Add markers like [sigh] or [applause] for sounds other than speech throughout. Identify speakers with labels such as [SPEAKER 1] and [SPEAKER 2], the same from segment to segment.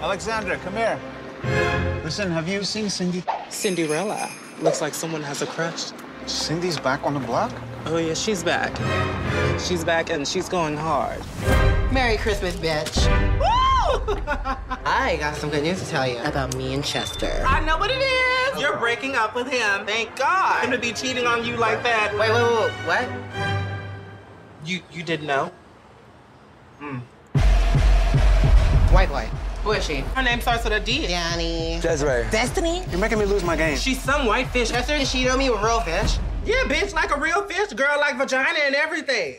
[SPEAKER 1] Alexandra, come here. Listen, have you seen Cindy?
[SPEAKER 2] Cinderella. Looks like someone has a crush.
[SPEAKER 1] Cindy's back on the block?
[SPEAKER 2] Oh, yeah, she's back. She's back and she's going hard.
[SPEAKER 3] Merry Christmas, bitch.
[SPEAKER 2] Woo!
[SPEAKER 3] [laughs] I got some good news to tell you about me and Chester.
[SPEAKER 2] I know what it is. You're breaking up with him. Thank God. Him to be cheating on you like that.
[SPEAKER 3] Wait, wait, wait, what?
[SPEAKER 2] You you didn't know?
[SPEAKER 3] White boy. Who is she?
[SPEAKER 2] Her name starts with a D.
[SPEAKER 3] Danny.
[SPEAKER 4] Desiree,
[SPEAKER 3] Destiny?
[SPEAKER 4] you're making me lose my game.
[SPEAKER 2] She's some white fish.
[SPEAKER 3] Chester is cheating on me with real fish.
[SPEAKER 2] Yeah, bitch, like a real fish, girl, like vagina and everything.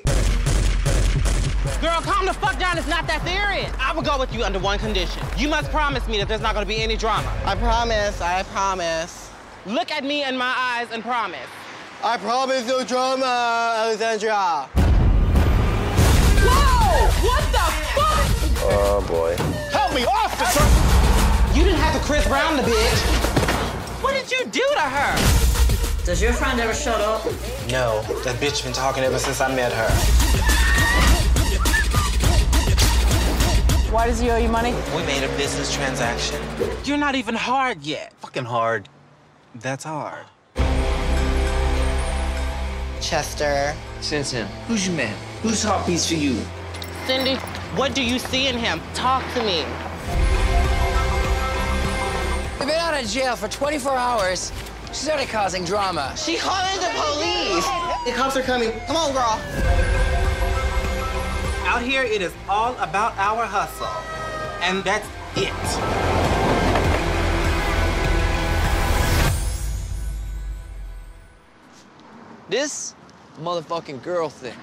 [SPEAKER 2] Girl, calm the fuck down. It's not that serious. I will go with you under one condition. You must promise me that there's not gonna be any drama.
[SPEAKER 3] I promise, I promise.
[SPEAKER 2] Look at me in my eyes and promise.
[SPEAKER 3] I promise no drama, Alexandra.
[SPEAKER 2] Whoa! What the fuck?
[SPEAKER 4] Oh boy.
[SPEAKER 2] Help me, officer! You didn't have to Chris Brown the bitch. What did you do to her?
[SPEAKER 5] Does your friend ever shut up?
[SPEAKER 2] No, that bitch been talking ever since I met her.
[SPEAKER 6] Why does he owe you money?
[SPEAKER 2] We made a business transaction. You're not even hard yet. Fucking hard. That's hard.
[SPEAKER 3] Chester.
[SPEAKER 7] Since him, who's your man? Who's heartbeats for you?
[SPEAKER 2] Cindy, what do you see in him? Talk to me.
[SPEAKER 7] We've been out of jail for 24 hours. She started causing drama.
[SPEAKER 3] She calling the police. The cops are coming. Come on, girl.
[SPEAKER 2] Out here, it is all about our hustle. And that's it.
[SPEAKER 7] This motherfucking girl thing.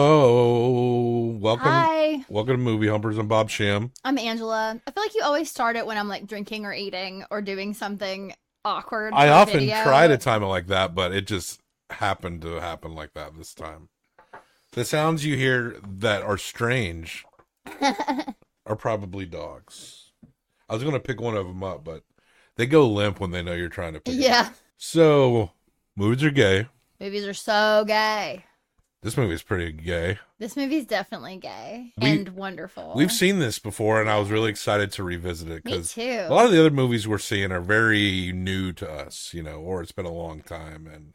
[SPEAKER 8] Hello, welcome,
[SPEAKER 9] Hi.
[SPEAKER 8] welcome to Movie Humpers. I'm Bob Sham.
[SPEAKER 9] I'm Angela. I feel like you always start it when I'm like drinking or eating or doing something awkward.
[SPEAKER 8] I
[SPEAKER 9] for
[SPEAKER 8] often
[SPEAKER 9] video.
[SPEAKER 8] try to time it like that, but it just happened to happen like that this time. The sounds you hear that are
[SPEAKER 9] [laughs]
[SPEAKER 8] strange are probably dogs. I was gonna pick one of them up, but they go limp when they know you're trying to pick. 'em up.
[SPEAKER 9] [laughs] Yeah.
[SPEAKER 8] So movies are gay.
[SPEAKER 9] Movies are so gay.
[SPEAKER 8] This movie is pretty gay.
[SPEAKER 9] This movie's definitely gay
[SPEAKER 8] We-
[SPEAKER 9] and wonderful.
[SPEAKER 8] We've seen this before, and I was really excited to revisit it
[SPEAKER 9] Me
[SPEAKER 8] because
[SPEAKER 9] too.
[SPEAKER 8] a lot of the other movies we're seeing are very new to us, you know, or it's been a long time. And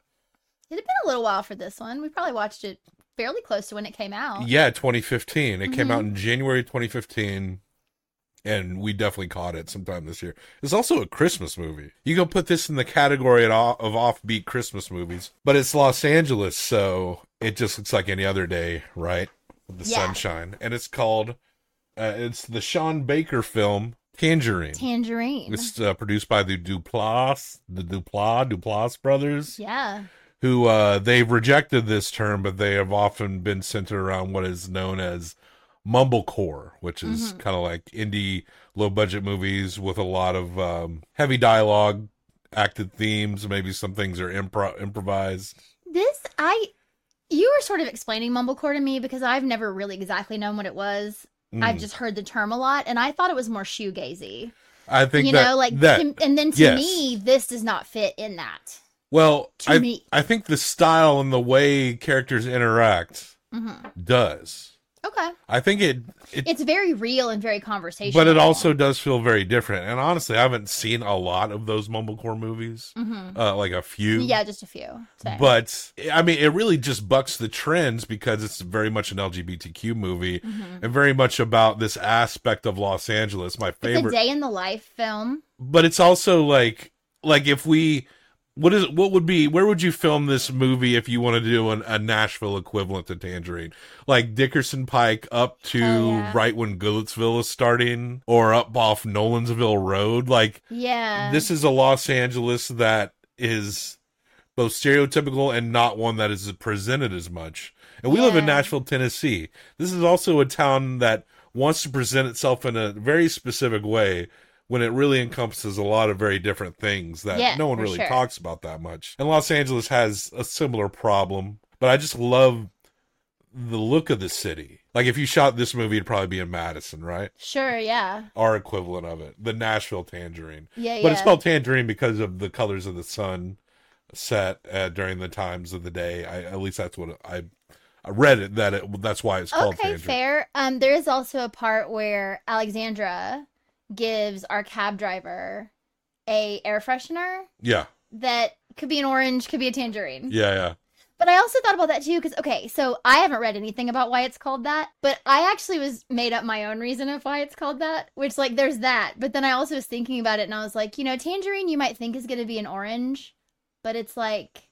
[SPEAKER 9] It had been a little while for this one. We probably watched it fairly close to when it came out.
[SPEAKER 8] yeah, 2015. It came out in January 2015, and we definitely caught it sometime this year. It's also a Christmas movie. You go put this in the category at all- of offbeat Christmas movies, but it's Los Angeles, so it just looks like any other day, right? With the
[SPEAKER 9] Yeah.
[SPEAKER 8] sunshine, and it's called. Uh, it's the Sean Baker film Tangerine.
[SPEAKER 9] Tangerine.
[SPEAKER 8] It's uh, produced by the Duplass, the Dupla Duplass brothers,
[SPEAKER 9] Yeah.
[SPEAKER 8] who uh, they've rejected this term, but they have often been centered around what is known as mumblecore, which is
[SPEAKER 9] Mm-hmm.
[SPEAKER 8] kind of like indie, low-budget movies with a lot of um, heavy dialogue, acted themes. Maybe some things are impro- improvised.
[SPEAKER 9] This I you were sort of explaining mumblecore to me because I've never really exactly known what it was.
[SPEAKER 8] Hmm.
[SPEAKER 9] I've just heard the term a lot and I thought it was more shoegazy.
[SPEAKER 8] I think
[SPEAKER 9] You
[SPEAKER 8] that-
[SPEAKER 9] know, like
[SPEAKER 8] that
[SPEAKER 9] to- and then to
[SPEAKER 8] yes.
[SPEAKER 9] me this does not fit in that.
[SPEAKER 8] Well,
[SPEAKER 9] to
[SPEAKER 8] I,
[SPEAKER 9] me.
[SPEAKER 8] I think the style and the way characters interact
[SPEAKER 9] Mm-hmm.
[SPEAKER 8] does.
[SPEAKER 9] Okay.
[SPEAKER 8] I think it it
[SPEAKER 9] It's very real and very conversational.
[SPEAKER 8] but it also does feel very different. And honestly, I haven't seen a lot of those mumblecore movies, uh, like a few.
[SPEAKER 9] Mm-hmm. Yeah, just a few. So.
[SPEAKER 8] But I mean, it really just bucks the trends because it's very much an LGBTQ movie and very much about this aspect of Los Angeles. My
[SPEAKER 9] Mm-hmm. it's a
[SPEAKER 8] favorite,
[SPEAKER 9] day in the life film.
[SPEAKER 8] but it's also like, like if we, what is, what would be, where would you film this movie if you want to do an, a Nashville equivalent to Tangerine, like Dickerson Pike up to
[SPEAKER 9] Oh, yeah.
[SPEAKER 8] right when Goodlettsville is starting, or up off Nolansville Road, like
[SPEAKER 9] Yeah.
[SPEAKER 8] this is a Los Angeles that is both stereotypical and not one that is presented as much. And we live in
[SPEAKER 9] Yeah.
[SPEAKER 8] Nashville, Tennessee. This is also a town that wants to present itself in a very specific way when it really encompasses a lot of very different things that
[SPEAKER 9] Yeah,
[SPEAKER 8] no one
[SPEAKER 9] for
[SPEAKER 8] really
[SPEAKER 9] sure.
[SPEAKER 8] talks about that much. And Los Angeles has a similar problem, but I just love the look of the city. Like if you shot this movie it'd probably be in Madison, right?
[SPEAKER 9] sure, yeah.
[SPEAKER 8] Our equivalent of it, the Nashville Tangerine
[SPEAKER 9] Yeah,
[SPEAKER 8] but it's
[SPEAKER 9] yeah.
[SPEAKER 8] called tangerine because of the colors of the sun set uh, during the times of the day. I, at least that's what I I read it that it that's why it's called
[SPEAKER 9] Okay,
[SPEAKER 8] Fandra.
[SPEAKER 9] fair. Um, there is also a part where Alexandra gives our cab driver a air freshener
[SPEAKER 8] Yeah,
[SPEAKER 9] that could be an orange, could be a tangerine.
[SPEAKER 8] yeah, yeah.
[SPEAKER 9] But I also thought about that too, because okay, so I haven't read anything about why it's called that, but I actually was made up my own reason of why it's called that, which like there's that. But then I also was thinking about it and I was like, you know, tangerine you might think is gonna be an orange, but it's like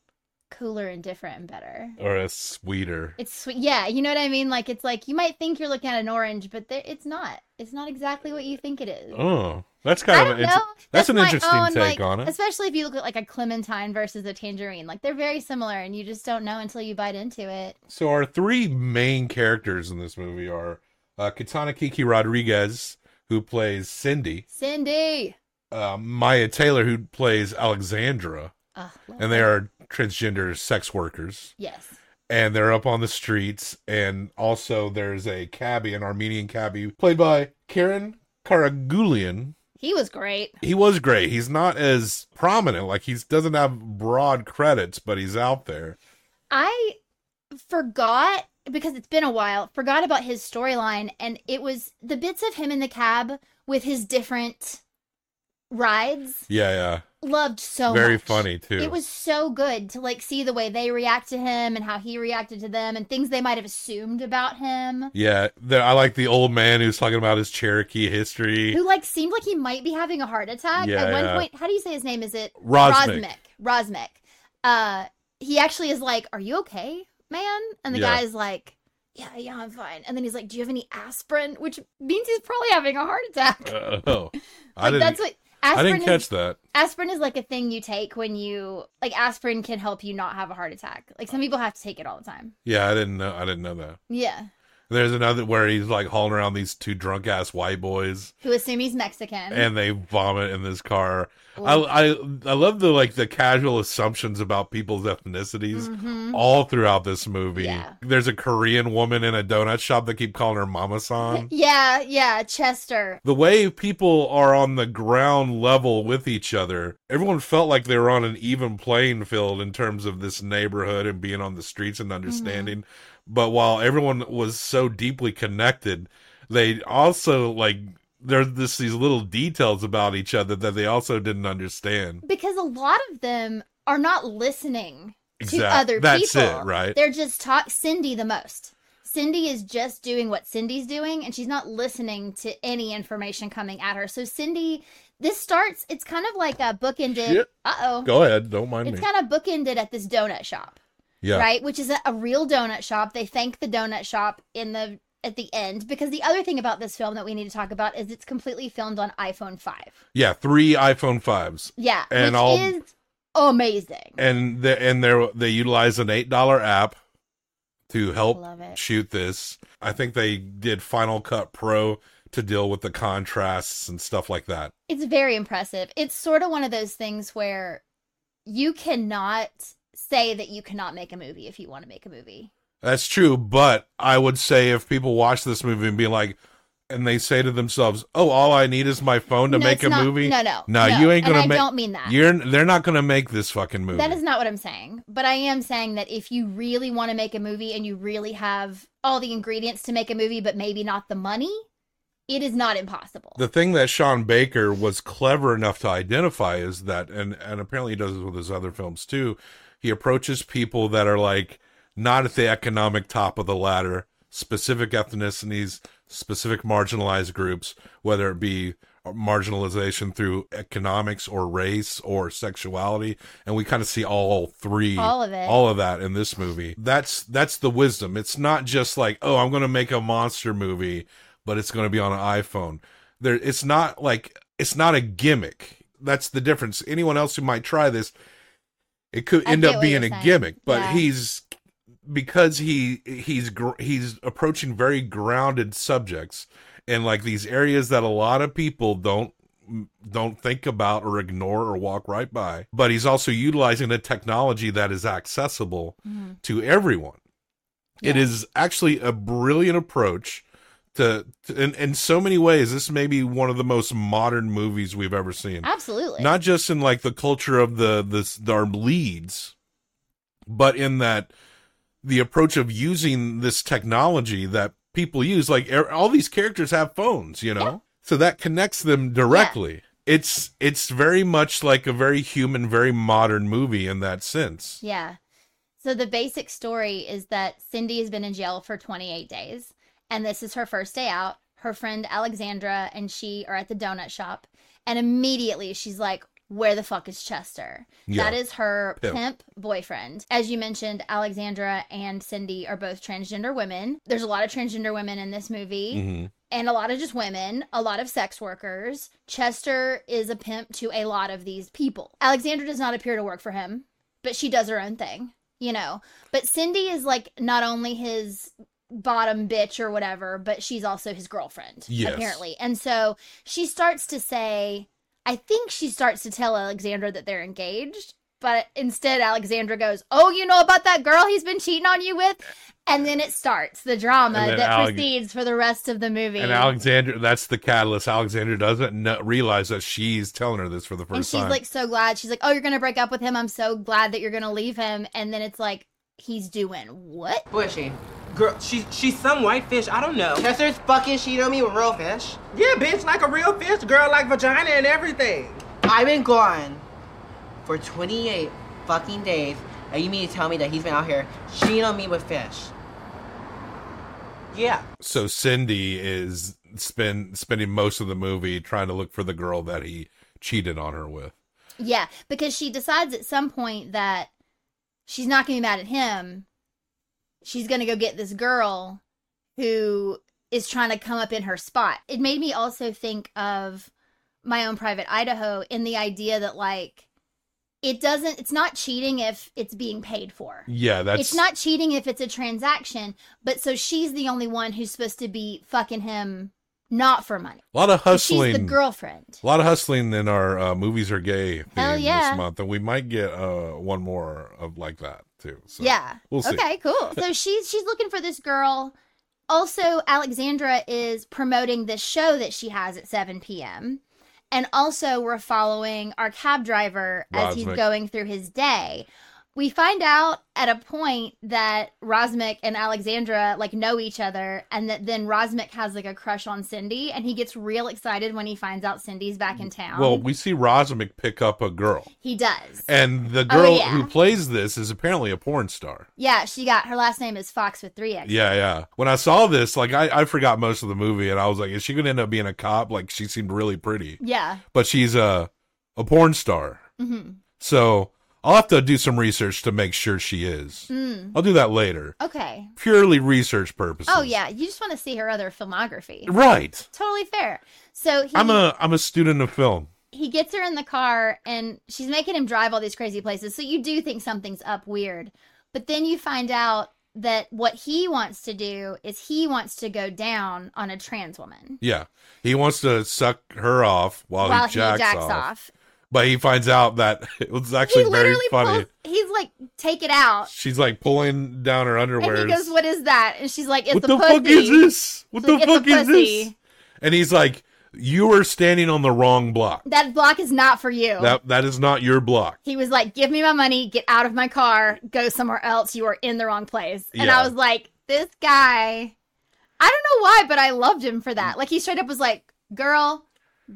[SPEAKER 9] cooler and different and better.
[SPEAKER 8] Or a sweeter.
[SPEAKER 9] It's sweet, yeah. You know what I mean? Like it's like you might think you're looking at an orange, but there, it's not. It's not exactly what you think it is.
[SPEAKER 8] Oh, that's
[SPEAKER 9] I
[SPEAKER 8] kind of
[SPEAKER 9] don't
[SPEAKER 8] an
[SPEAKER 9] know.
[SPEAKER 8] inter- that's, an
[SPEAKER 9] my
[SPEAKER 8] interesting
[SPEAKER 9] own,
[SPEAKER 8] take
[SPEAKER 9] like,
[SPEAKER 8] on it.
[SPEAKER 9] Especially if you look at like a clementine versus a tangerine. Like they're very similar and you just don't know until you bite into it.
[SPEAKER 8] So our three main characters in this movie are uh, Katana Kiki Rodriguez, who plays Cindy,
[SPEAKER 9] Cindy.
[SPEAKER 8] uh, Maya Taylor, who plays Alexandra,
[SPEAKER 9] Ugh, Ah, love
[SPEAKER 8] and they are transgender sex workers,
[SPEAKER 9] Yes.
[SPEAKER 8] and they're up on the streets. And also, there's a cabbie, an Armenian cabbie, played by Karen Karagulian.
[SPEAKER 9] He was great.
[SPEAKER 8] He was great. He's not as prominent, like he doesn't have broad credits, but he's out there.
[SPEAKER 9] I forgot because it's been a while, forgot about his storyline and it was the bits of him in the cab with his different rides.
[SPEAKER 8] Yeah, yeah,
[SPEAKER 9] Loved so
[SPEAKER 8] very
[SPEAKER 9] much.
[SPEAKER 8] funny too.
[SPEAKER 9] It was so good to like see the way they react to him and how he reacted to them and things they might have assumed about him.
[SPEAKER 8] Yeah, there, I like the old man who's talking about his Cherokee history.
[SPEAKER 9] [laughs] Who like seemed like he might be having a heart attack
[SPEAKER 8] Yeah,
[SPEAKER 9] at one
[SPEAKER 8] yeah.
[SPEAKER 9] point. How do you say his name? Is it
[SPEAKER 8] Rosnick.
[SPEAKER 9] Rosmic. Rosmic. Uh, he actually is like, "Are you okay, man?" And the
[SPEAKER 8] Yeah.
[SPEAKER 9] guy's like, "Yeah, yeah, I'm fine." And then he's like, "Do you have any aspirin?" Which means he's probably having a heart attack. Like,
[SPEAKER 8] oh, I didn't.
[SPEAKER 9] that's what
[SPEAKER 8] I
[SPEAKER 9] aspirin
[SPEAKER 8] didn't catch
[SPEAKER 9] is.
[SPEAKER 8] that.
[SPEAKER 9] Aspirin is like a thing you take when you like aspirin can help you not have a heart attack. Like some people have to take it all the time.
[SPEAKER 8] Yeah, I didn't know. I didn't know that.
[SPEAKER 9] Yeah.
[SPEAKER 8] There's another where he's like hauling around these two drunk ass white boys,
[SPEAKER 9] Who assume he's Mexican.
[SPEAKER 8] and they vomit in this car. I,
[SPEAKER 9] Ooh.
[SPEAKER 8] I I love the like the casual assumptions about people's ethnicities
[SPEAKER 9] Mhm.
[SPEAKER 8] all throughout this movie.
[SPEAKER 9] Yeah.
[SPEAKER 8] There's a Korean woman in a donut shop that keep calling her Mama San.
[SPEAKER 9] Yeah, yeah, Chester.
[SPEAKER 8] the way people are on the ground level with each other, everyone felt like they were on an even playing field in terms of this neighborhood and being on the streets
[SPEAKER 9] Mm-hmm.
[SPEAKER 8] and understanding. But while everyone was so deeply connected, they also like there's this these little details about each other that they also didn't understand.
[SPEAKER 9] because a lot of them are not listening to
[SPEAKER 8] Exact-
[SPEAKER 9] other
[SPEAKER 8] that's
[SPEAKER 9] people.
[SPEAKER 8] it, right?
[SPEAKER 9] They're just talk Cindy the most. Cindy is just doing what Cindy's doing and she's not listening to any information coming at her. So Cindy this starts it's kind of like a bookended
[SPEAKER 8] Shit.
[SPEAKER 9] uh oh.
[SPEAKER 8] Go ahead, don't mind
[SPEAKER 9] It's
[SPEAKER 8] me.
[SPEAKER 9] kind of bookended at this donut shop.
[SPEAKER 8] yeah,
[SPEAKER 9] Right? Which is a, a real donut shop. They thank the donut shop in the at the end because the other thing about this film that we need to talk about is it's completely filmed on iPhone 5.
[SPEAKER 8] yeah. Three iPhone fives,
[SPEAKER 9] Yeah,
[SPEAKER 8] And
[SPEAKER 9] which
[SPEAKER 8] all-
[SPEAKER 9] is amazing.
[SPEAKER 8] and the, and they they utilize an eight dollar app to help
[SPEAKER 9] Love it.
[SPEAKER 8] shoot this. I think they did Final Cut Pro to deal with the contrasts and stuff like that.
[SPEAKER 9] It's very impressive. It's sort of one of those things where you cannot say that you cannot make a movie if you want to make a movie.
[SPEAKER 8] That's true, but I would say if people watch this movie and be like, and they say to themselves, "Oh, all I need is my phone to
[SPEAKER 9] No,
[SPEAKER 8] make
[SPEAKER 9] it's
[SPEAKER 8] a
[SPEAKER 9] not-
[SPEAKER 8] movie."
[SPEAKER 9] no, no,
[SPEAKER 8] no,
[SPEAKER 9] no,
[SPEAKER 8] you ain't
[SPEAKER 9] and
[SPEAKER 8] gonna
[SPEAKER 9] I
[SPEAKER 8] make.
[SPEAKER 9] don't mean that.
[SPEAKER 8] You're they're not gonna make this fucking movie.
[SPEAKER 9] That is not what I'm saying, but I am saying that if you really want to make a movie and you really have all the ingredients to make a movie, but maybe not the money, it is not impossible.
[SPEAKER 8] the thing that Sean Baker was clever enough to identify is that, and and apparently he does this with his other films too. He approaches people that are like not at the economic top of the ladder, specific ethnicities, specific marginalized groups, whether it be marginalization through economics or race or sexuality, and we kind of see all three,
[SPEAKER 9] All of it.
[SPEAKER 8] all of that in this movie. That's that's the wisdom. It's not just like, oh, I'm going to make a monster movie, but it's going to be on an iPhone. There it's not like it's not a gimmick. That's the difference. Anyone else who might try this, it could
[SPEAKER 9] I
[SPEAKER 8] end
[SPEAKER 9] get
[SPEAKER 8] up
[SPEAKER 9] what
[SPEAKER 8] being
[SPEAKER 9] you're
[SPEAKER 8] a
[SPEAKER 9] saying.
[SPEAKER 8] gimmick, but
[SPEAKER 9] Yeah.
[SPEAKER 8] he's because he he's gr- he's approaching very grounded subjects and like these areas that a lot of people don't don't think about or ignore or walk right by but he's also utilizing a technology that is accessible
[SPEAKER 9] Mm-hmm.
[SPEAKER 8] to everyone it is actually a brilliant approach to, to in, in so many ways this may be one of the most modern movies we've ever seen
[SPEAKER 9] Absolutely.
[SPEAKER 8] not just in like the culture of the the, the our leads but in that the approach of using this technology that people use like er- all these characters have phones you know so that connects them directly it's it's very much like a very human very modern movie in that sense
[SPEAKER 9] Yeah. So the basic story is that Cindy has been in jail for 28 days, and this is her first day out. Her friend Alexandra and she are at the donut shop, and immediately she's like, where the fuck is Chester?
[SPEAKER 8] Yeah.
[SPEAKER 9] That is her
[SPEAKER 8] Pimp.
[SPEAKER 9] pimp. boyfriend. As you mentioned, Alexandra and Cindy are both transgender women. There's a lot of transgender women in this movie
[SPEAKER 8] Mhm.
[SPEAKER 9] and a lot of just women, a lot of sex workers. Chester is a pimp to a lot of these people. Alexandra does not appear to work for him, but she does her own thing, you know. But Cindy is like not only his bottom bitch or whatever, but she's also his girlfriend,
[SPEAKER 8] Yes.
[SPEAKER 9] apparently. And so she starts to say, I think she starts to tell Alexandra that they're engaged. But instead, Alexandra goes, Oh, you know about that girl he's been cheating on you with? And then it starts the drama
[SPEAKER 8] And then
[SPEAKER 9] that
[SPEAKER 8] Alex-
[SPEAKER 9] proceeds for the rest of the movie.
[SPEAKER 8] and alexander that's the catalyst alexander doesn't kn- realize that she's telling her this for the first
[SPEAKER 9] and she's
[SPEAKER 8] time
[SPEAKER 9] like so glad. She's like, "Oh, you're gonna break up with him. I'm so glad that you're gonna leave him." And then it's like, he's doing what?
[SPEAKER 6] Who is she?
[SPEAKER 2] Girl, she, she's some white fish. I don't know.
[SPEAKER 3] Chester's fucking cheating on me with real fish.
[SPEAKER 2] Yeah, bitch, like a real fish. Girl, like vagina and everything.
[SPEAKER 3] I've been gone for 28 fucking days, and you mean to tell me that he's been out here cheating on me with fish?
[SPEAKER 2] Yeah.
[SPEAKER 8] so cindy is spend spending most of the movie trying to look for the girl that he cheated on her with
[SPEAKER 9] Yeah, because she decides at some point that she's not gonna be mad at him. She's gonna go get this girl who is trying to come up in her spot. It made me also think of my own private Idaho in the idea that like it doesn't it's not cheating if it's being paid for.
[SPEAKER 8] yeah that's
[SPEAKER 9] it's not cheating if it's a transaction, but so she's the only one who's supposed to be fucking him not for money.
[SPEAKER 8] a lot of
[SPEAKER 9] 'Cause
[SPEAKER 8] hustling
[SPEAKER 9] She's the girlfriend.
[SPEAKER 8] A lot of hustling in our uh, movies are gay
[SPEAKER 9] Hell
[SPEAKER 8] theme
[SPEAKER 9] yeah.
[SPEAKER 8] this month, and we might get uh, one more of like that too. So
[SPEAKER 9] yeah.
[SPEAKER 8] we'll see.
[SPEAKER 9] Okay, cool.
[SPEAKER 8] [laughs]
[SPEAKER 9] So she's she's looking for this girl. Also, Alexandra is promoting this show that she has at 7 p.m. And also, we're following our cab driver as he's
[SPEAKER 8] Rosmic.
[SPEAKER 9] going through his day. We find out at a point that Rosmic and Alexandra like know each other, and that then Rosmic has like a crush on Cindy, and he gets real excited when he finds out Cindy's back in town.
[SPEAKER 8] Well, we see Rosmic pick up a girl,
[SPEAKER 9] he does.
[SPEAKER 8] and the girl
[SPEAKER 9] Oh, yeah.
[SPEAKER 8] who plays this is apparently a porn star.
[SPEAKER 9] Yeah, she got her last name is Fox with three X.
[SPEAKER 8] Yeah, yeah. When I saw this, like I, I forgot most of the movie, and I was like, is she going to end up being a cop? Like she seemed really pretty,
[SPEAKER 9] Yeah.
[SPEAKER 8] but she's a a porn star.
[SPEAKER 9] hmm
[SPEAKER 8] So I'll have to do some research to make sure she is.
[SPEAKER 9] Mm.
[SPEAKER 8] I'll do that later,
[SPEAKER 9] Okay.
[SPEAKER 8] purely research purposes.
[SPEAKER 9] Oh yeah, you just want to see her other filmography.
[SPEAKER 8] right.
[SPEAKER 9] Totally fair. So he
[SPEAKER 8] I'm a I'm a student of film.
[SPEAKER 9] he gets her in the car and she's making him drive all these crazy places. So you do think something's up weird. But then you find out that what he wants to do is he wants to go down on a trans woman
[SPEAKER 8] Yeah. He wants to suck her off while,
[SPEAKER 9] while
[SPEAKER 8] Oh, he jacks, off.
[SPEAKER 9] off.
[SPEAKER 8] But he finds out that [laughs] it was
[SPEAKER 9] He
[SPEAKER 8] actually very
[SPEAKER 9] literally
[SPEAKER 8] funny.
[SPEAKER 9] pulls he's like, take it out.
[SPEAKER 8] She's like pulling down her
[SPEAKER 9] And
[SPEAKER 8] underwear.
[SPEAKER 9] he goes, What is that? And she's like, It's
[SPEAKER 8] what
[SPEAKER 9] the,
[SPEAKER 8] the,
[SPEAKER 9] pussy.
[SPEAKER 8] fuck is this? What
[SPEAKER 9] She's
[SPEAKER 8] the
[SPEAKER 9] like, "It's
[SPEAKER 8] fuck
[SPEAKER 9] the
[SPEAKER 8] is this?
[SPEAKER 9] pussy."
[SPEAKER 8] And he's like, You are standing on the wrong block.
[SPEAKER 9] That block is not for you.
[SPEAKER 8] That that is not your block.
[SPEAKER 9] he was like, "Give me my money, get out of my car, go somewhere else. You are in the wrong place." And
[SPEAKER 8] Yeah.
[SPEAKER 9] I was like, "This guy, I don't know why, but I loved him for that." Like he straight up was like, "Girl,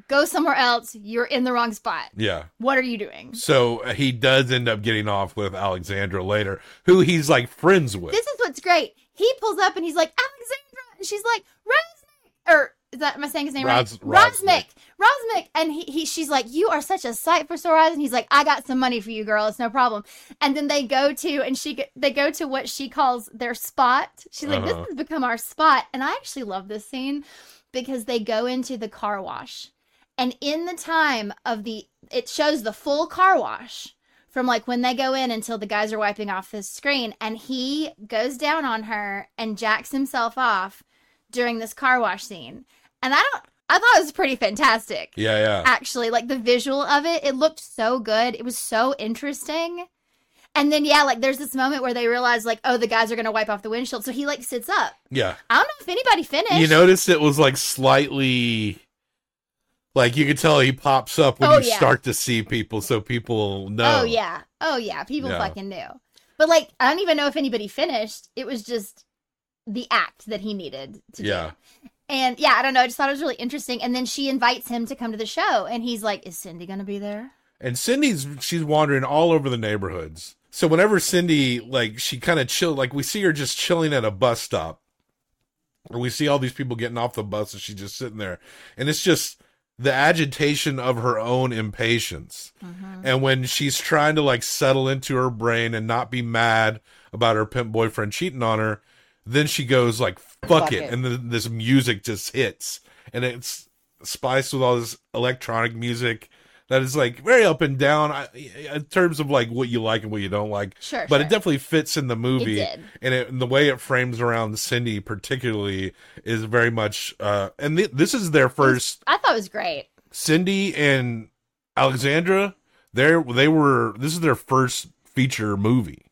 [SPEAKER 9] go somewhere else. You're in the wrong spot.
[SPEAKER 8] Yeah.
[SPEAKER 9] What are you doing?"
[SPEAKER 8] So uh, he does end up getting off with Alexandra later, who he's like friends with.
[SPEAKER 9] This is what's great. He pulls up and he's like, "Alexandra," and she's like, "Rosmic," or is that am I saying his name
[SPEAKER 8] Ros-
[SPEAKER 9] right?
[SPEAKER 8] Rosnick.
[SPEAKER 9] Rosmick, Rosmick, and he, he she's like, "You are such a sight for sore eyes," and he's like, "I got some money for you, girl. It's no problem." And then they go to and she g- they go to what she calls their spot. She's like,
[SPEAKER 8] Uh-huh.
[SPEAKER 9] "This has become our spot," and I actually love this scene because they go into the car wash, and in the time of the it shows the full car wash from like when they go in until the guys are wiping off the screen and he goes down on her and jacks himself off during this car wash scene and i don't i thought it was pretty fantastic
[SPEAKER 8] yeah, yeah.
[SPEAKER 9] actually like the visual of it it looked so good it was so interesting and then yeah like there's this moment where they realize like oh the guys are gonna wipe off the windshield so he like sits up
[SPEAKER 8] yeah.
[SPEAKER 9] i don't know if anybody finished
[SPEAKER 8] You notice it was like slightly like you could tell he pops up when
[SPEAKER 9] Oh,
[SPEAKER 8] you
[SPEAKER 9] yeah.
[SPEAKER 8] start to see people so people know.
[SPEAKER 9] oh yeah oh yeah people
[SPEAKER 8] Oh. Yeah.
[SPEAKER 9] fucking knew But like, I don't even know if anybody finished. It was just the act that he needed to do.
[SPEAKER 8] Yeah.
[SPEAKER 9] And yeah, I don't know. I just thought it was really interesting. And then she invites him to come to the show, and he's like, "Is Cindy gonna be there?"
[SPEAKER 8] And Cindy's she's wandering all over the neighborhoods. So whenever Cindy like she kind of chill like we see her just chilling at a bus stop. And we see all these people getting off the bus and she's just sitting there. And it's just the agitation of her own impatience. And when she's trying to like settle into her brain and not be mad about her pimp boyfriend cheating on her, then she goes like fuck,
[SPEAKER 6] Fuck
[SPEAKER 8] it.
[SPEAKER 6] it.
[SPEAKER 8] and then this music just hits and it's spiced with all this electronic music that is like very up and down I, in terms of like what you like and what you don't like.
[SPEAKER 9] Sure,
[SPEAKER 8] But it
[SPEAKER 9] sure.
[SPEAKER 8] definitely fits in the movie
[SPEAKER 9] It did.
[SPEAKER 8] and, it, and the way it frames around Cindy particularly is very much uh and th- this is their first
[SPEAKER 9] I thought it was great.
[SPEAKER 8] Cindy and Alexandra, they they were this is their first feature movie.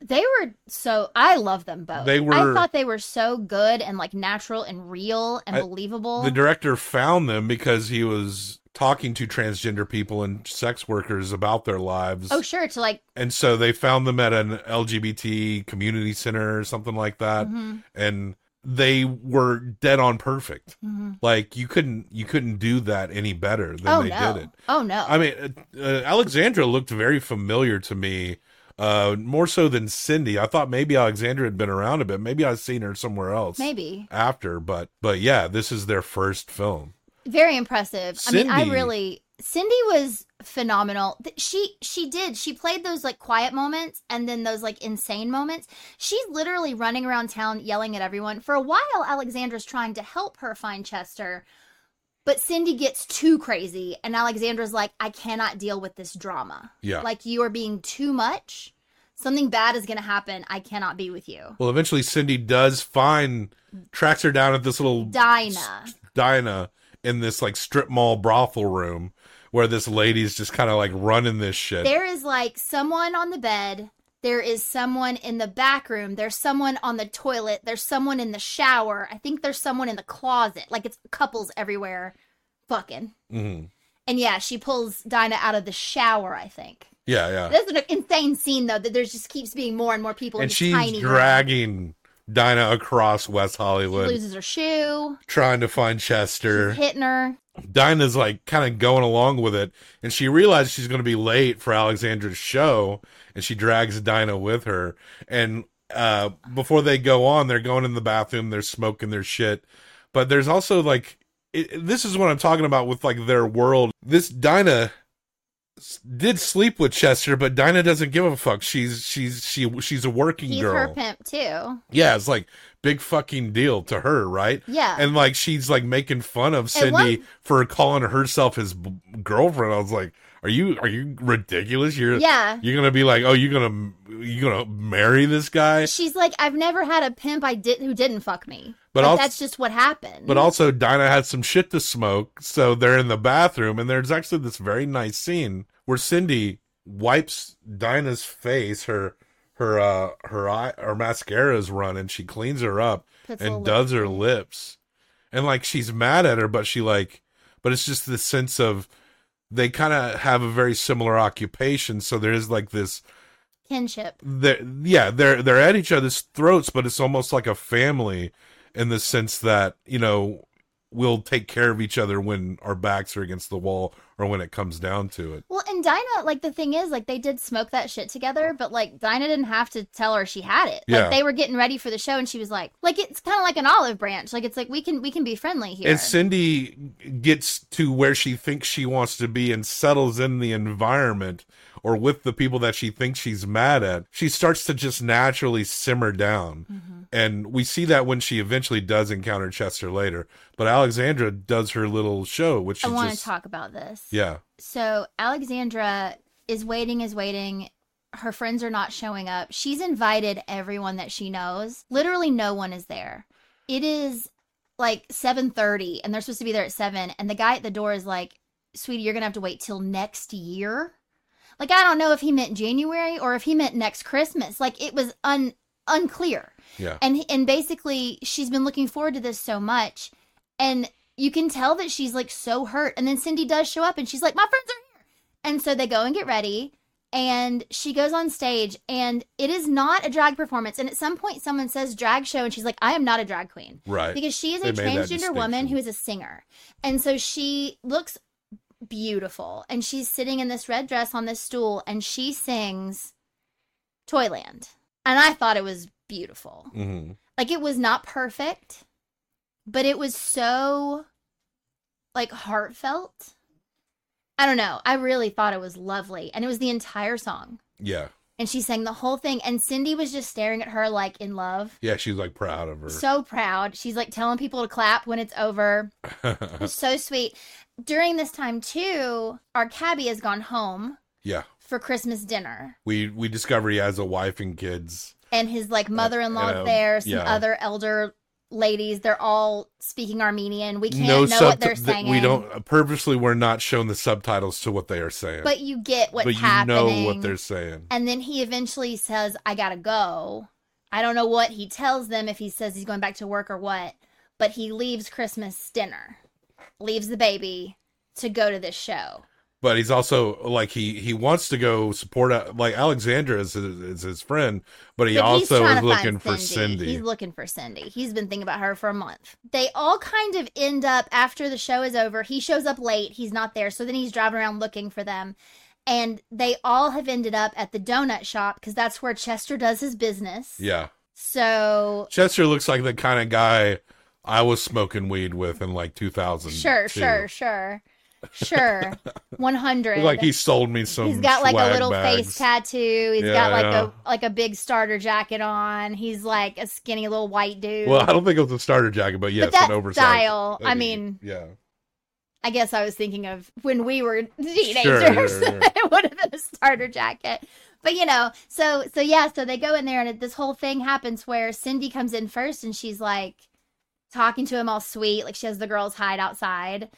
[SPEAKER 9] They were so I love them both.
[SPEAKER 8] They were-
[SPEAKER 9] I thought they were so good and like natural and real and
[SPEAKER 8] I-
[SPEAKER 9] believable.
[SPEAKER 8] The director found them because he was talking to transgender people and sex workers about their lives.
[SPEAKER 9] oh sure, to like
[SPEAKER 8] and so they found them at an LGBT community center or something like that
[SPEAKER 9] Mm-hmm.
[SPEAKER 8] and they were dead on perfect. Like you couldn't you couldn't do that any better than
[SPEAKER 9] Mm-hmm. oh
[SPEAKER 8] they
[SPEAKER 9] no,
[SPEAKER 8] did it.
[SPEAKER 9] oh no.
[SPEAKER 8] I mean, uh, uh, Alexandra looked very familiar to me, uh, more so than Cindy. I thought maybe Alexandra had been around a bit. Maybe I'd seen her somewhere else.
[SPEAKER 9] Maybe
[SPEAKER 8] after, but but yeah, this is their first film.
[SPEAKER 9] very impressive. I mean,
[SPEAKER 8] Cindy-
[SPEAKER 9] I really Cindy was phenomenal. Th- She she did. She played those like quiet moments and then those like insane moments. She's literally running around town yelling at everyone. For a while, Alexandra's trying to help her find Chester, but Cindy gets too crazy, and Alexandra's like, "I cannot deal with this drama.
[SPEAKER 8] Yeah.
[SPEAKER 9] like you are being too much. Something bad is going to happen. I cannot be with you."
[SPEAKER 8] Well, eventually Cindy does find tracks her down at this little
[SPEAKER 9] Dinah.
[SPEAKER 8] Dinah in this like strip mall brothel room where this lady's just kind of like running this shit.
[SPEAKER 9] There is like someone on the bed. There is someone in the back room. There's someone on the toilet. There's someone in the shower. I think there's someone in the closet. Like it's couples everywhere fucking.
[SPEAKER 8] Mhm.
[SPEAKER 9] And yeah, she pulls Dinah out of the shower, I think.
[SPEAKER 8] Yeah, yeah.
[SPEAKER 9] That's an insane scene though, that there's just keeps being more and more people in
[SPEAKER 8] and
[SPEAKER 9] this
[SPEAKER 8] she's
[SPEAKER 9] tiny room.
[SPEAKER 8] dragging Dinah across West
[SPEAKER 9] She
[SPEAKER 8] Hollywood,
[SPEAKER 9] loses her shoe,
[SPEAKER 8] trying to find Chester.
[SPEAKER 9] hitting her.
[SPEAKER 8] Dinah's like kind of going along with it, and she realizes she's going to be late for Alexandra's show, and she drags Dinah with her. And uh, before they go on, they're going in the bathroom, they're smoking their shit. But there's also like, it, this is what I'm talking about with like their world. This Dinah s- did sleep with Chester, but Dinah doesn't give a fuck. She's she's she she's a working
[SPEAKER 9] He's
[SPEAKER 8] girl.
[SPEAKER 9] her pimp too.
[SPEAKER 8] Yeah, it's like big fucking deal to her, right?
[SPEAKER 9] Yeah.
[SPEAKER 8] And like she's like making fun of Cindy
[SPEAKER 9] one-
[SPEAKER 8] for calling herself his b- girlfriend. I was like, "Are you are you ridiculous? You're
[SPEAKER 9] Yeah.
[SPEAKER 8] You're gonna be like, oh, you're gonna you're gonna marry this guy?
[SPEAKER 9] She's like, I've never had a pimp I did who didn't fuck me.
[SPEAKER 8] But
[SPEAKER 9] But
[SPEAKER 8] als-
[SPEAKER 9] that's just what happened.
[SPEAKER 8] But also, Dinah had some shit to smoke, so they're in the bathroom, and there's actually this very nice scene where Cindy wipes Dinah's face, her her uh her eye her mascara's run, and she cleans her up
[SPEAKER 9] Puts a
[SPEAKER 8] and
[SPEAKER 9] little
[SPEAKER 8] does her lips, and like she's mad at her, but she like, but it's just this sense of they kind of have a very similar occupation, so there is like this
[SPEAKER 9] kinship.
[SPEAKER 8] they're yeah they're they're at each other's throats but it's almost like a family in the sense that you know we'll take care of each other when our backs are against the wall or when it comes down to it
[SPEAKER 9] Well, and Dinah, like the thing is, like they did smoke that shit together, but like Dinah didn't have to tell her she had it.
[SPEAKER 8] Yeah.
[SPEAKER 9] Like they were getting ready for the show, and she was like, like it's kind of like an olive branch. Like it's like we can we can be friendly here.
[SPEAKER 8] and cindy gets to where she thinks she wants to be and settles in the environment or with the people that she thinks she's mad at she starts to just naturally simmer down
[SPEAKER 9] Mm-hmm.
[SPEAKER 8] and we see that when she eventually does encounter chester later but alexandra does her little show which
[SPEAKER 9] I
[SPEAKER 8] is
[SPEAKER 9] want to
[SPEAKER 8] just
[SPEAKER 9] talk about this.
[SPEAKER 8] yeah
[SPEAKER 9] So Alexandra is waiting, is waiting. Her friends are not showing up. She's invited everyone that she knows. Literally, no one is there. It is like seven thirty, and they're supposed to be there at seven. And the guy at the door is like, "Sweetie, you're gonna have to wait till next year." Like I don't know if he meant January or if he meant next Christmas. Like it was un unclear.
[SPEAKER 8] Yeah.
[SPEAKER 9] And and basically she's been looking forward to this so much and you can tell that she's like so hurt. And then Cindy does show up and she's like, "My friends are here." And so they go and get ready and she goes on stage and it is not a drag performance and at some point someone says drag show and she's like i am not a drag queen
[SPEAKER 8] Right.
[SPEAKER 9] because she is a
[SPEAKER 8] They made that
[SPEAKER 9] transgender woman
[SPEAKER 8] distinction.
[SPEAKER 9] who is a singer and so she looks beautiful and she's sitting in this red dress on this stool and she sings toyland and i thought it was beautiful
[SPEAKER 8] hmm
[SPEAKER 9] like it was not perfect but it was so like heartfelt i don't know i really thought it was lovely and it was the entire song
[SPEAKER 8] Yeah.
[SPEAKER 9] and she sang the whole thing and cindy was just staring at her like in love
[SPEAKER 8] Yeah. She's like proud of her.
[SPEAKER 9] so proud she's like telling people to clap when it's
[SPEAKER 8] [laughs]
[SPEAKER 9] over it's so sweet during this time too our cabbie has gone home
[SPEAKER 8] yeah.
[SPEAKER 9] for christmas dinner
[SPEAKER 8] We we discover he has a wife and kids.
[SPEAKER 9] and his like mother-in-law
[SPEAKER 8] uh,
[SPEAKER 9] there some
[SPEAKER 8] yeah.
[SPEAKER 9] other elder ladies they're all speaking armenian we can't
[SPEAKER 8] no
[SPEAKER 9] know what they're
[SPEAKER 8] subtitles.
[SPEAKER 9] saying
[SPEAKER 8] we don't purposely. We're not shown the subtitles to what they are saying.
[SPEAKER 9] but you get what's
[SPEAKER 8] but you
[SPEAKER 9] happening
[SPEAKER 8] know what they're saying.
[SPEAKER 9] and then he eventually says i gotta go i don't know what he tells them if he says he's going back to work or what but he leaves christmas dinner leaves the baby to go to this show
[SPEAKER 8] But he's also like he he wants to go support uh, like Alexandra is, is his friend, but he
[SPEAKER 9] But he's
[SPEAKER 8] also
[SPEAKER 9] trying
[SPEAKER 8] is
[SPEAKER 9] to find
[SPEAKER 8] looking for Cindy.
[SPEAKER 9] He's looking for Cindy. He's been thinking about her for a month. They all kind of end up after the show is over. He shows up late. He's not there. So then he's driving around looking for them. And they all have ended up at the donut shop because that's where Chester does his business.
[SPEAKER 8] yeah,
[SPEAKER 9] So
[SPEAKER 8] Chester looks like the kind of guy I was smoking weed with in like 2000.
[SPEAKER 9] sure, sure, sure,
[SPEAKER 8] [laughs]
[SPEAKER 9] sure. 100.
[SPEAKER 8] Like he sold me some.
[SPEAKER 9] he's got like a
[SPEAKER 8] swag
[SPEAKER 9] little
[SPEAKER 8] bags.
[SPEAKER 9] face tattoo. He's
[SPEAKER 8] Yeah,
[SPEAKER 9] got like
[SPEAKER 8] yeah.
[SPEAKER 9] a like a big starter jacket on. He's like a skinny little white dude.
[SPEAKER 8] Well, I don't think it was a starter jacket, but yes,
[SPEAKER 9] that's
[SPEAKER 8] an oversized.
[SPEAKER 9] style. I
[SPEAKER 8] hoodie.
[SPEAKER 9] mean,
[SPEAKER 8] yeah,
[SPEAKER 9] I guess I was thinking of when we were teenagers. [laughs]
[SPEAKER 8] sure.
[SPEAKER 9] it would have been a starter jacket. But you know, so so yeah, so they go in there and it, this whole thing happens where Cindy comes in first and she's like talking to him all sweet, like she has the girls hide outside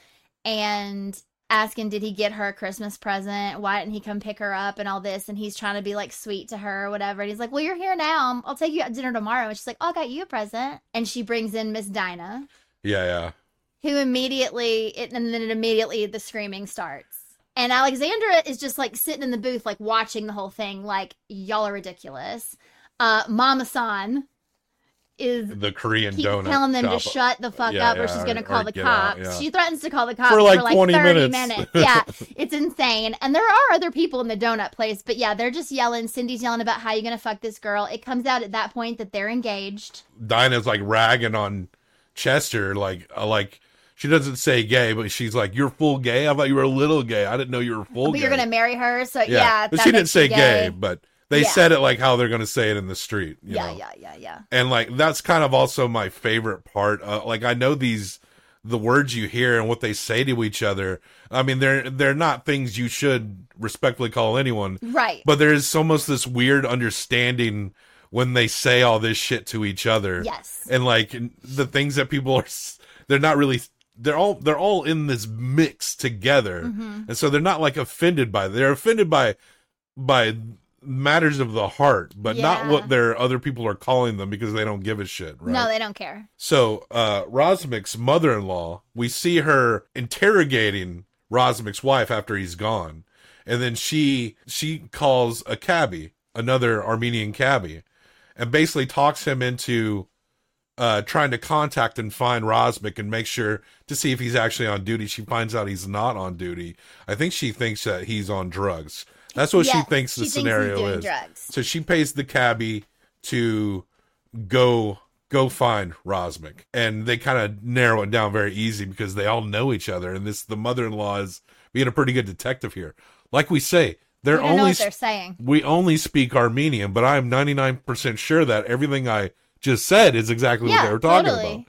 [SPEAKER 9] and asking did he get her a Christmas present? Why didn't he come pick her up and all this and he's trying to be like sweet to her or whatever. And he's like, "Well, you're here now. Um, I'll take you out to dinner tomorrow." And she's like, "Oh, I got you a present." And she brings in Miss Dinah
[SPEAKER 8] yeah, yeah.
[SPEAKER 9] who immediately it, and then it immediately the screaming starts and alexandra is just like sitting in the booth like watching the whole thing like y'all are ridiculous uh mama san is
[SPEAKER 8] The Korean
[SPEAKER 9] keeps
[SPEAKER 8] donut.
[SPEAKER 9] telling them
[SPEAKER 8] shop.
[SPEAKER 9] to shut the fuck
[SPEAKER 8] Yeah,
[SPEAKER 9] up or she's
[SPEAKER 8] yeah,
[SPEAKER 9] gonna
[SPEAKER 8] or-
[SPEAKER 9] call
[SPEAKER 8] or
[SPEAKER 9] the
[SPEAKER 8] get out,
[SPEAKER 9] cops
[SPEAKER 8] yeah.
[SPEAKER 9] she threatens to call the cops
[SPEAKER 8] For,
[SPEAKER 9] for
[SPEAKER 8] like,
[SPEAKER 9] like,
[SPEAKER 8] 20
[SPEAKER 9] 30
[SPEAKER 8] minutes.
[SPEAKER 9] minutes,
[SPEAKER 8] [laughs]
[SPEAKER 9] yeah it's insane and there are other people in the donut place but yeah they're just yelling cindy's yelling about how you gonna fuck this girl it comes out at that point that they're engaged
[SPEAKER 8] Dinah's like ragging on Chester, like uh, like she doesn't say gay, but she's like, "You're full gay." I thought you were a little gay. I didn't know you were full.
[SPEAKER 9] but
[SPEAKER 8] gay.
[SPEAKER 9] you're gonna marry her so yeah,
[SPEAKER 8] but
[SPEAKER 9] that
[SPEAKER 8] she didn't
[SPEAKER 9] makes you
[SPEAKER 8] say gay. but they
[SPEAKER 9] Yeah.
[SPEAKER 8] said it like how they're gonna say it in the street. You
[SPEAKER 9] yeah
[SPEAKER 8] know?
[SPEAKER 9] yeah yeah yeah
[SPEAKER 8] and like that's kind of also my favorite part uh, like i know these the words you hear and what they say to each other i mean they're they're not things you should respectfully call anyone
[SPEAKER 9] right
[SPEAKER 8] but there is almost this weird understanding when they say all this shit to each other
[SPEAKER 9] Yes.
[SPEAKER 8] and like the things that people are s- they're not really they're all they're all in this mix together
[SPEAKER 9] Mm-hmm.
[SPEAKER 8] and so they're not like offended by they're offended by by matters of the heart but not
[SPEAKER 9] Yeah.
[SPEAKER 8] what their other people are calling them because they don't give a shit right
[SPEAKER 9] No, they don't care.
[SPEAKER 8] so uh Rosmic's mother-in-law, we see her interrogating Rosmic's wife after he's gone. And then she she calls a cabbie, another Armenian cabbie, and basically talks him into uh trying to contact and find Rosmic and make sure to see if he's actually on duty. She finds out he's not on duty. I think she thinks that he's on drugs. That's what she
[SPEAKER 9] Yeah,
[SPEAKER 8] thinks the
[SPEAKER 9] she thinks he's
[SPEAKER 8] scenario
[SPEAKER 9] doing
[SPEAKER 8] is.
[SPEAKER 9] drugs.
[SPEAKER 8] So she pays the cabbie to go go find Rosmic. And they kind of narrow it down very easy because they all know each other. And this the mother in law is being a pretty good detective here. Like we say, they're
[SPEAKER 9] We don't know
[SPEAKER 8] only
[SPEAKER 9] what they're saying.
[SPEAKER 8] we only speak Armenian, but I'm ninety nine percent sure that everything I just said is exactly what
[SPEAKER 9] Yeah,
[SPEAKER 8] they were talking
[SPEAKER 9] totally.
[SPEAKER 8] about.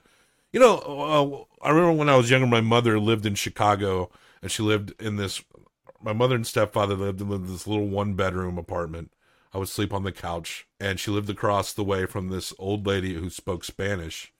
[SPEAKER 8] You know, uh, I remember when I was younger, my mother lived in Chicago, and she lived in this. My mother and stepfather lived in this little one bedroom apartment. I would sleep on the couch, and she lived across the way from this old lady who spoke Spanish.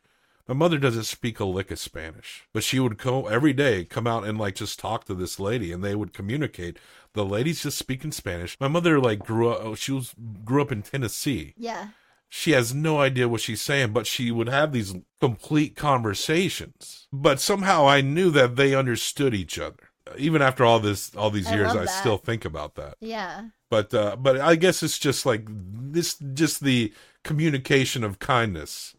[SPEAKER 8] My mother doesn't speak a lick of Spanish, but she would go every day, come out and like just talk to this lady, and they would communicate. The lady's just speaking Spanish. My mother like grew up. She was grew up in Tennessee
[SPEAKER 9] Yeah.
[SPEAKER 8] she has no idea what she's saying, but she would have these complete conversations. But somehow I knew that they understood each other. even after all this all these
[SPEAKER 9] I
[SPEAKER 8] years
[SPEAKER 9] love
[SPEAKER 8] I
[SPEAKER 9] that.
[SPEAKER 8] still think about that.
[SPEAKER 9] Yeah.
[SPEAKER 8] But uh but I guess it's just like this just the communication of kindness.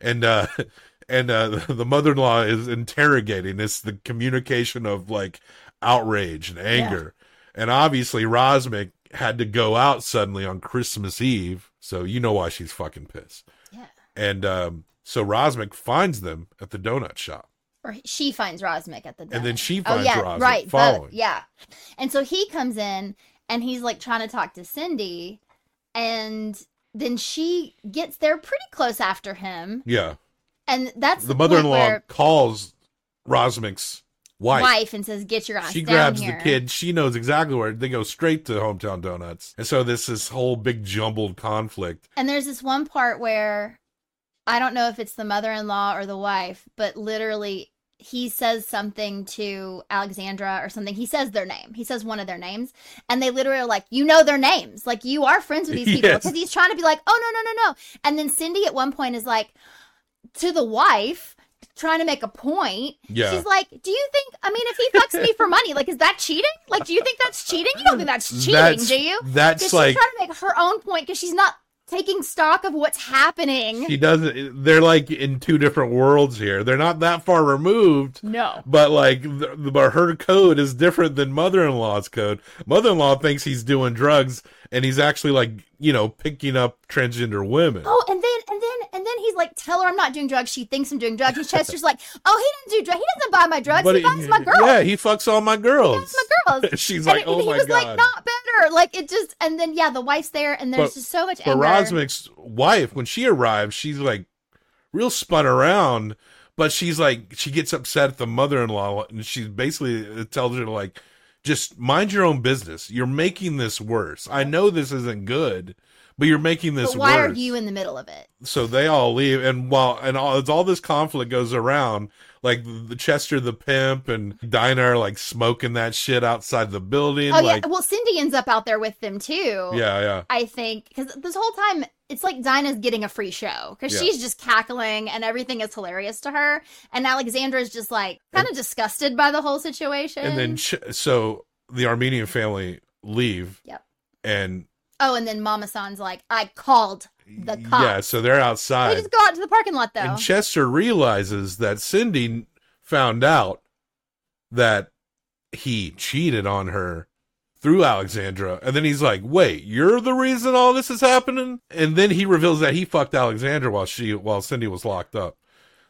[SPEAKER 8] And uh [laughs] and uh the mother-in-law is interrogating it's the communication of like outrage and anger. And obviously Rosmic had to go out suddenly on Christmas Eve, so you know why she's fucking pissed.
[SPEAKER 9] Yeah.
[SPEAKER 8] And um so Rosmic finds them at the donut shop.
[SPEAKER 9] Or he- she finds Rosmic at the
[SPEAKER 8] And then
[SPEAKER 9] donut.
[SPEAKER 8] she
[SPEAKER 9] Oh
[SPEAKER 8] finds
[SPEAKER 9] yeah,
[SPEAKER 8] Rosmic
[SPEAKER 9] right. both,
[SPEAKER 8] following.
[SPEAKER 9] yeah. And so he comes in and he's like trying to talk to Cindy and then she gets there pretty close after him.
[SPEAKER 8] Yeah.
[SPEAKER 9] And that's
[SPEAKER 8] the
[SPEAKER 9] the,
[SPEAKER 8] mother in law
[SPEAKER 9] point
[SPEAKER 8] calls Rosmic's
[SPEAKER 9] where
[SPEAKER 8] wife.
[SPEAKER 9] wife and says, Get your ass
[SPEAKER 8] She
[SPEAKER 9] down
[SPEAKER 8] grabs
[SPEAKER 9] here.
[SPEAKER 8] the kid. She knows exactly where they go straight to Hometown Donuts. And so this this whole big jumbled conflict.
[SPEAKER 9] And there's this one part where I don't know if it's the mother in law or the wife, but literally he says something to Alexandra or something. He says their name. He says one of their names. And they literally are like, You know their names. Like, you are friends with these people.
[SPEAKER 8] Yes.
[SPEAKER 9] Because he's trying to be like, Oh, no, no, no, no. And then Cindy at one point is like, To the wife, trying to make a point.
[SPEAKER 8] Yeah.
[SPEAKER 9] She's like, Do you think, I mean, if he fucks me for money, like, is that cheating? Like, do you think that's cheating? You don't think that's cheating,
[SPEAKER 8] That's-
[SPEAKER 9] do you?
[SPEAKER 8] that's
[SPEAKER 9] 'Cause
[SPEAKER 8] like-
[SPEAKER 9] She's trying to make her own point because she's not taking stock of what's happening.
[SPEAKER 8] She doesn't. They're like in two different worlds here. They're not that far removed.
[SPEAKER 6] No.
[SPEAKER 8] But like, the, but her code is different than mother-in-law's code. Mother-in-law thinks he's doing drugs, and he's actually like, you know, picking up transgender women.
[SPEAKER 9] Oh, and then and then and then he's like, "Tell her I'm not doing drugs." She thinks I'm doing drugs. And Chester's like, "Oh, he didn't do drugs. He doesn't buy my drugs. he buys my girls.
[SPEAKER 8] [laughs] Yeah, he fucks all my girls.
[SPEAKER 9] He buys my
[SPEAKER 8] [laughs]
[SPEAKER 9] girls."
[SPEAKER 8] She's
[SPEAKER 9] And
[SPEAKER 8] like,
[SPEAKER 9] it-
[SPEAKER 8] oh
[SPEAKER 9] he
[SPEAKER 8] my
[SPEAKER 9] was
[SPEAKER 8] God.
[SPEAKER 9] like, "Not better." Like it just. And then yeah, the wife's there, and there's
[SPEAKER 8] But-
[SPEAKER 9] just so much
[SPEAKER 8] But
[SPEAKER 9] anger.
[SPEAKER 8] Rosmic's wife, when she arrives, she's like real spun around, but she's like she gets upset at the mother in law and she basically uh, tells her like just mind your own business. You're making this worse. I know this isn't good, but you're making this
[SPEAKER 9] But why
[SPEAKER 8] worse.
[SPEAKER 9] are you in the middle of it?
[SPEAKER 8] so they all leave and while and all, as all this conflict goes around, like the Chester the pimp and Dinah are like smoking that shit outside the building.
[SPEAKER 9] oh
[SPEAKER 8] like
[SPEAKER 9] yeah. Well, Cindy ends up out there with them too.
[SPEAKER 8] yeah, yeah.
[SPEAKER 9] I think because this whole time it's like Dinah's getting a free show because
[SPEAKER 8] Yeah.
[SPEAKER 9] she's just cackling and everything is hilarious to her, and Alexandra's just like kind of disgusted by the whole situation.
[SPEAKER 8] and then ch- so the Armenian family leave.
[SPEAKER 9] Yep.
[SPEAKER 8] And
[SPEAKER 9] oh, and then Mama San's like, I called the cops.
[SPEAKER 8] yeah, so they're
[SPEAKER 9] they
[SPEAKER 8] outside.
[SPEAKER 9] just go out to the parking lot though.
[SPEAKER 8] And Chester realizes that Cindy found out that he cheated on her through Alexandra. And then he's like, "Wait, you're the reason all this is happening?" And then he reveals that he fucked Alexandra while she while Cindy was locked up.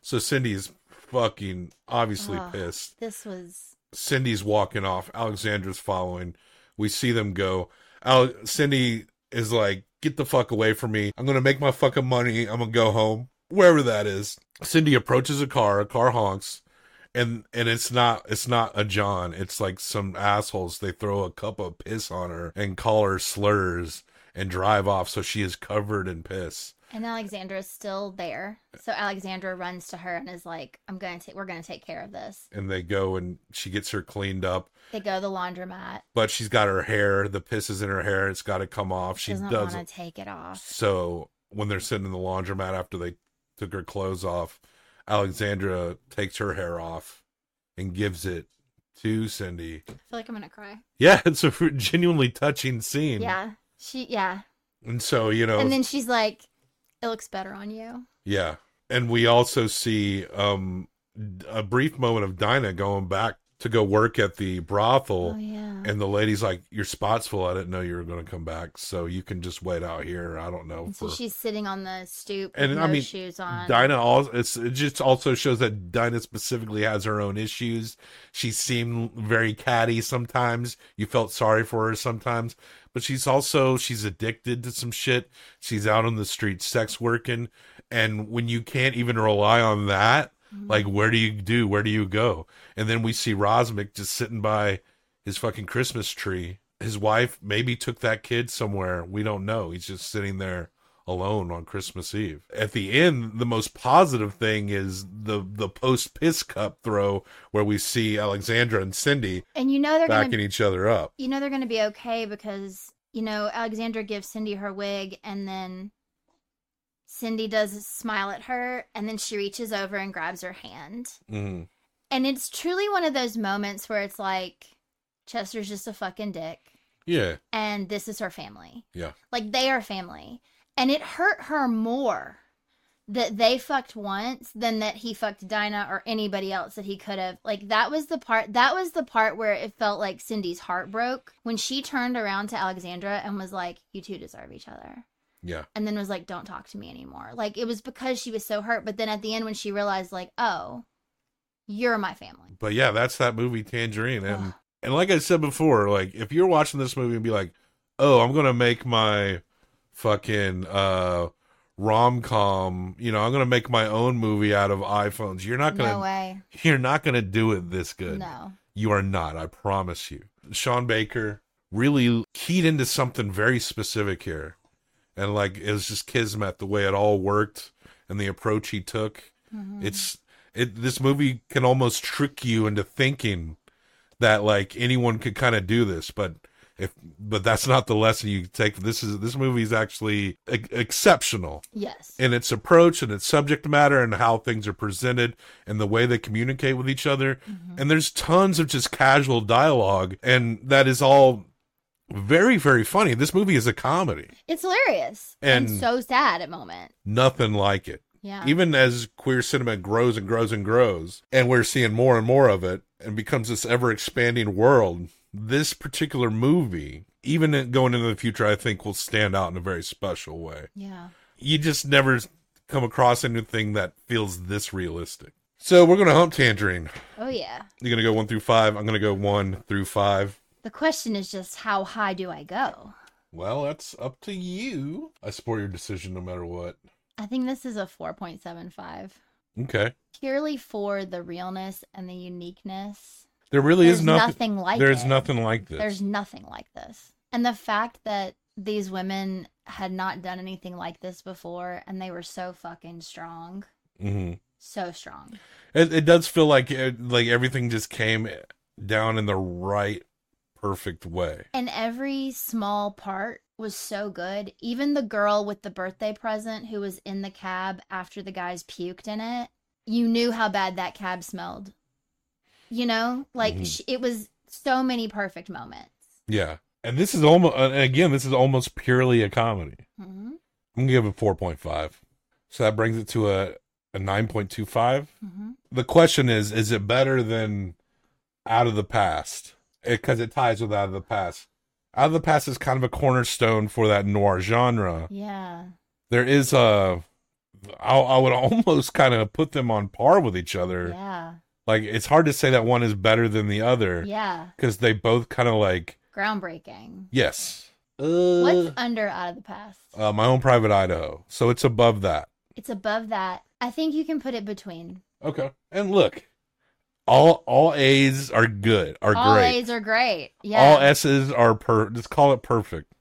[SPEAKER 8] So Cindy's fucking obviously
[SPEAKER 9] Ugh.
[SPEAKER 8] pissed.
[SPEAKER 9] this was
[SPEAKER 8] Cindy's walking off. Alexandra's following. We see them go. Al- Cindy is like, "Get the fuck away from me! I'm gonna make my fucking money. I'm gonna go home, wherever that is." Cindy approaches a car. A car honks, and and it's not it's not a John. It's like some assholes. They throw a cup of piss on her and call her slurs and drive off. So she is covered in piss.
[SPEAKER 9] and Alexandra's still there. So Alexandra runs to her and is like, I'm gonna take we're gonna take care of this.
[SPEAKER 8] And they go and she gets her cleaned up.
[SPEAKER 9] They go to the laundromat.
[SPEAKER 8] But she's got her hair. The piss is in her hair. It's got to come off. She
[SPEAKER 9] doesn't
[SPEAKER 8] doesn't.
[SPEAKER 9] want to take it off.
[SPEAKER 8] So when they're sitting in the laundromat after they took her clothes off, Alexandra takes her hair off and gives it to Cindy.
[SPEAKER 9] I feel like I'm gonna cry.
[SPEAKER 8] Yeah, it's a genuinely touching scene.
[SPEAKER 9] Yeah. She yeah.
[SPEAKER 8] And so, you know,
[SPEAKER 9] And then she's like, It looks better on you.
[SPEAKER 8] yeah. And we also see um a brief moment of Dinah going back to go work at the brothel.
[SPEAKER 9] Oh yeah.
[SPEAKER 8] And the lady's like, "Your spot's full. I didn't know you were going to come back, so you can just wait out here. I don't know."
[SPEAKER 9] And so
[SPEAKER 8] for-
[SPEAKER 9] she's sitting on the stoop
[SPEAKER 8] and
[SPEAKER 9] with
[SPEAKER 8] I
[SPEAKER 9] no
[SPEAKER 8] mean,
[SPEAKER 9] shoes on.
[SPEAKER 8] Dinah also it's, it just also shows that Dinah specifically has her own issues. She seemed very catty sometimes. You felt sorry for her sometimes, but she's also she's addicted to some shit. She's out on the street sex working, and when you can't even rely on that,
[SPEAKER 9] Mm-hmm.
[SPEAKER 8] like where do you do? Where do you go? And then we see Rosmic just sitting by his fucking Christmas tree. His wife maybe took that kid somewhere. We don't know. He's just sitting there alone on Christmas Eve. At the end, the most positive thing is the the post piss cup throw where we see Alexandra and Cindy
[SPEAKER 9] and you know they're gonna
[SPEAKER 8] backing each other up.
[SPEAKER 9] you know they're gonna be okay because, you know, Alexandra gives Cindy her wig and then Cindy does a smile at her and then she reaches over and grabs her hand.
[SPEAKER 8] Mhm.
[SPEAKER 9] And it's truly one of those moments where it's like, Chester's just a fucking dick,
[SPEAKER 8] Yeah.
[SPEAKER 9] and this is her family.
[SPEAKER 8] Yeah.
[SPEAKER 9] Like they are family. And it hurt her more that they fucked once than that he fucked Dinah or anybody else that he could have. Like that was the part that was the part where it felt like Cindy's heart broke when she turned around to Alexandra and was like, You two deserve each other.
[SPEAKER 8] Yeah.
[SPEAKER 9] And then was like, Don't talk to me anymore. Like it was because she was so hurt. But then at the end when she realized, like, oh, you're my family.
[SPEAKER 8] But yeah, that's that movie Tangerine. And and like I said before, like if you're watching this movie and be like, "Oh, I'm going to make my fucking uh rom-com, you know, I'm going to make my own movie out of iPhones." You're not going to
[SPEAKER 9] No way.
[SPEAKER 8] you're not going to do it this good.
[SPEAKER 9] No.
[SPEAKER 8] You are not, I promise you. Sean Baker really keyed into something very specific here. And like it was just kismet the way it all worked and the approach he took. It's it this movie can almost trick you into thinking that like anyone could kind of do this, but if but that's not the lesson you take. This is this movie is actually e- exceptional
[SPEAKER 9] Yes.
[SPEAKER 8] in its approach and its subject matter and how things are presented and the way they communicate with each other. And there's tons of just casual dialogue, and that is all very, very funny. This movie is a comedy,
[SPEAKER 9] It's hilarious. And,
[SPEAKER 8] And-
[SPEAKER 9] so sad at moment.
[SPEAKER 8] nothing like it.
[SPEAKER 9] Yeah.
[SPEAKER 8] Even as queer cinema grows and grows and grows, and we're seeing more and more of it and becomes this ever expanding world, this particular movie, even in- going into the future, I think will stand out in a very special way.
[SPEAKER 9] yeah.
[SPEAKER 8] you just never come across anything that feels this realistic. So we're gonna hump tangerine.
[SPEAKER 9] Oh yeah.
[SPEAKER 8] You're gonna go one through five. I'm gonna go one through five.
[SPEAKER 9] The question is just how high do I go?
[SPEAKER 8] Well, that's up to you. I support your decision no matter what.
[SPEAKER 9] I think this is a 4.75
[SPEAKER 8] Okay.
[SPEAKER 9] purely for the realness and the uniqueness.
[SPEAKER 8] There really
[SPEAKER 9] There's
[SPEAKER 8] is nothing,
[SPEAKER 9] nothing like
[SPEAKER 8] There's
[SPEAKER 9] it.
[SPEAKER 8] nothing like this.
[SPEAKER 9] There's nothing like this. And the fact that these women had not done anything like this before and they were so fucking strong.
[SPEAKER 8] hmm
[SPEAKER 9] So strong.
[SPEAKER 8] It, it does feel like it, like everything just came down in the right, perfect way.
[SPEAKER 9] And every small part was so good. Even the girl with the birthday present who was in the cab after the guys puked in it, you knew how bad that cab smelled. You know, like
[SPEAKER 8] Mhm.
[SPEAKER 9] sh- it was so many perfect moments.
[SPEAKER 8] Yeah. And this is almost and again, this is almost purely a comedy.
[SPEAKER 9] Mm-hmm.
[SPEAKER 8] I'm gonna give it four point five. So that brings it to a a nine point two five.
[SPEAKER 9] Mm-hmm.
[SPEAKER 8] The question is, is it better than Out of the Past? Because it, ties with Out of the Past. Out of the Past is kind of a cornerstone for that noir genre.
[SPEAKER 9] Yeah.
[SPEAKER 8] There is a, I, I would [laughs] almost kind of put them on par with each other.
[SPEAKER 9] Yeah.
[SPEAKER 8] Like it's hard to say that one is better than the other
[SPEAKER 9] Yeah.
[SPEAKER 8] because they both kind of like
[SPEAKER 9] Groundbreaking.
[SPEAKER 8] yes.
[SPEAKER 9] What's under out of the past?
[SPEAKER 8] Uh, my own private Idaho, so it's above that.
[SPEAKER 9] It's above that. I think you can put it between.
[SPEAKER 8] Okay. And look, all all A's are good, are
[SPEAKER 9] All
[SPEAKER 8] great.
[SPEAKER 9] A's are great. Yeah.
[SPEAKER 8] All S's are per. Just call it perfect.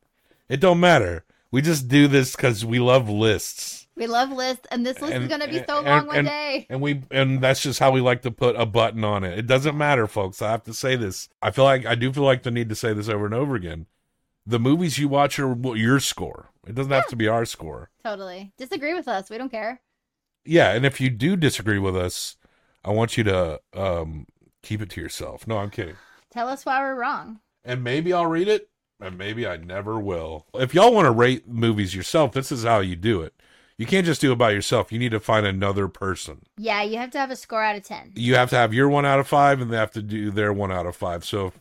[SPEAKER 8] It don't matter. We just do this because we love lists.
[SPEAKER 9] we love lists, and this list is
[SPEAKER 8] And-
[SPEAKER 9] going to be so
[SPEAKER 8] and-
[SPEAKER 9] long one
[SPEAKER 8] and-
[SPEAKER 9] day.
[SPEAKER 8] And we and that's just how we like to put a button on it. It doesn't matter, folks. I have to say this. I feel like I do feel like the need to say this over and over again. The movies you watch are what your score. It doesn't have to be our score.
[SPEAKER 9] Totally. Disagree with us. We don't care.
[SPEAKER 8] Yeah, and if you do disagree with us, I want you to um keep it to yourself. No, I'm kidding.
[SPEAKER 9] Tell us why we're wrong.
[SPEAKER 8] and maybe I'll read it, and maybe I never will. If y'all want to rate movies yourself, this is how you do it. You can't just do it by yourself. You need to find another person.
[SPEAKER 9] Yeah, you have to have a score out of 10.
[SPEAKER 8] You have to have your one out of five, and they have to do their one out of five. So if,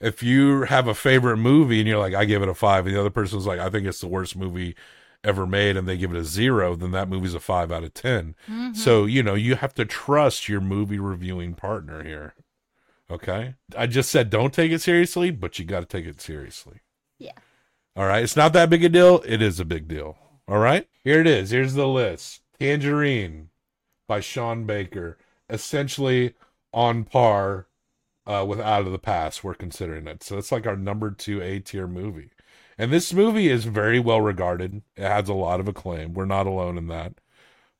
[SPEAKER 8] if you have a favorite movie and you're like, I give it a five, and the other person's like, I think it's the worst movie ever made, and they give it a zero, then that movie's a five out of 10. So, you know, you have to trust your movie reviewing partner here. Okay. I just said don't take it seriously, but you got to take it seriously.
[SPEAKER 9] Yeah.
[SPEAKER 8] All right. It's not that big a deal. It is a big deal. All right. Here it is. Here's the list Tangerine by Sean Baker. Essentially on par uh, with Out of the Past. We're considering it. So it's like our number two A tier movie. And this movie is very well regarded. It has a lot of acclaim. We're not alone in that.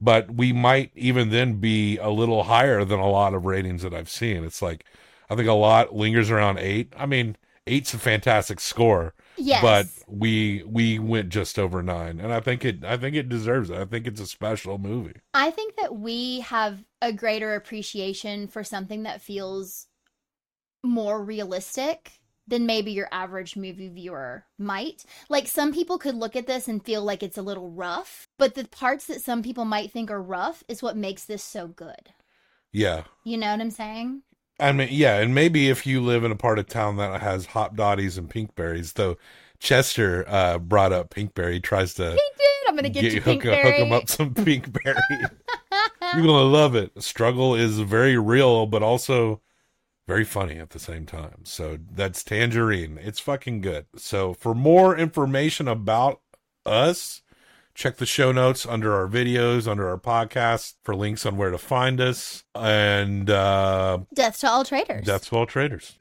[SPEAKER 8] But we might even then be a little higher than a lot of ratings that I've seen. It's like, I think a lot lingers around eight. I mean, eight's a fantastic score,
[SPEAKER 9] Yes.
[SPEAKER 8] but we we went just over nine, and I think it I think it deserves it. I think it's a special movie.
[SPEAKER 9] I think that we have a greater appreciation for something that feels more realistic than maybe your average movie viewer might. Like some people could look at this and feel like it's a little rough, but the parts that some people might think are rough is what makes this so good.
[SPEAKER 8] Yeah,
[SPEAKER 9] You know what I'm saying?
[SPEAKER 8] I mean, yeah, and maybe if you live in a part of town that has hop dotties and pink berries, though. Chester uh, brought up Pinkberry, tries to
[SPEAKER 9] He did. I'm gonna get, you
[SPEAKER 8] hook,
[SPEAKER 9] pink
[SPEAKER 8] hook 'em up some
[SPEAKER 9] [laughs]
[SPEAKER 8] Pinkberry. You're gonna love it. Struggle is very real, but also very funny at the same time. So that's Tangerine. It's fucking good. So for more information about us, check the show notes under our videos, under our podcast for links on where to find us. And uh,
[SPEAKER 9] Death to all traitors.
[SPEAKER 8] that's all traders.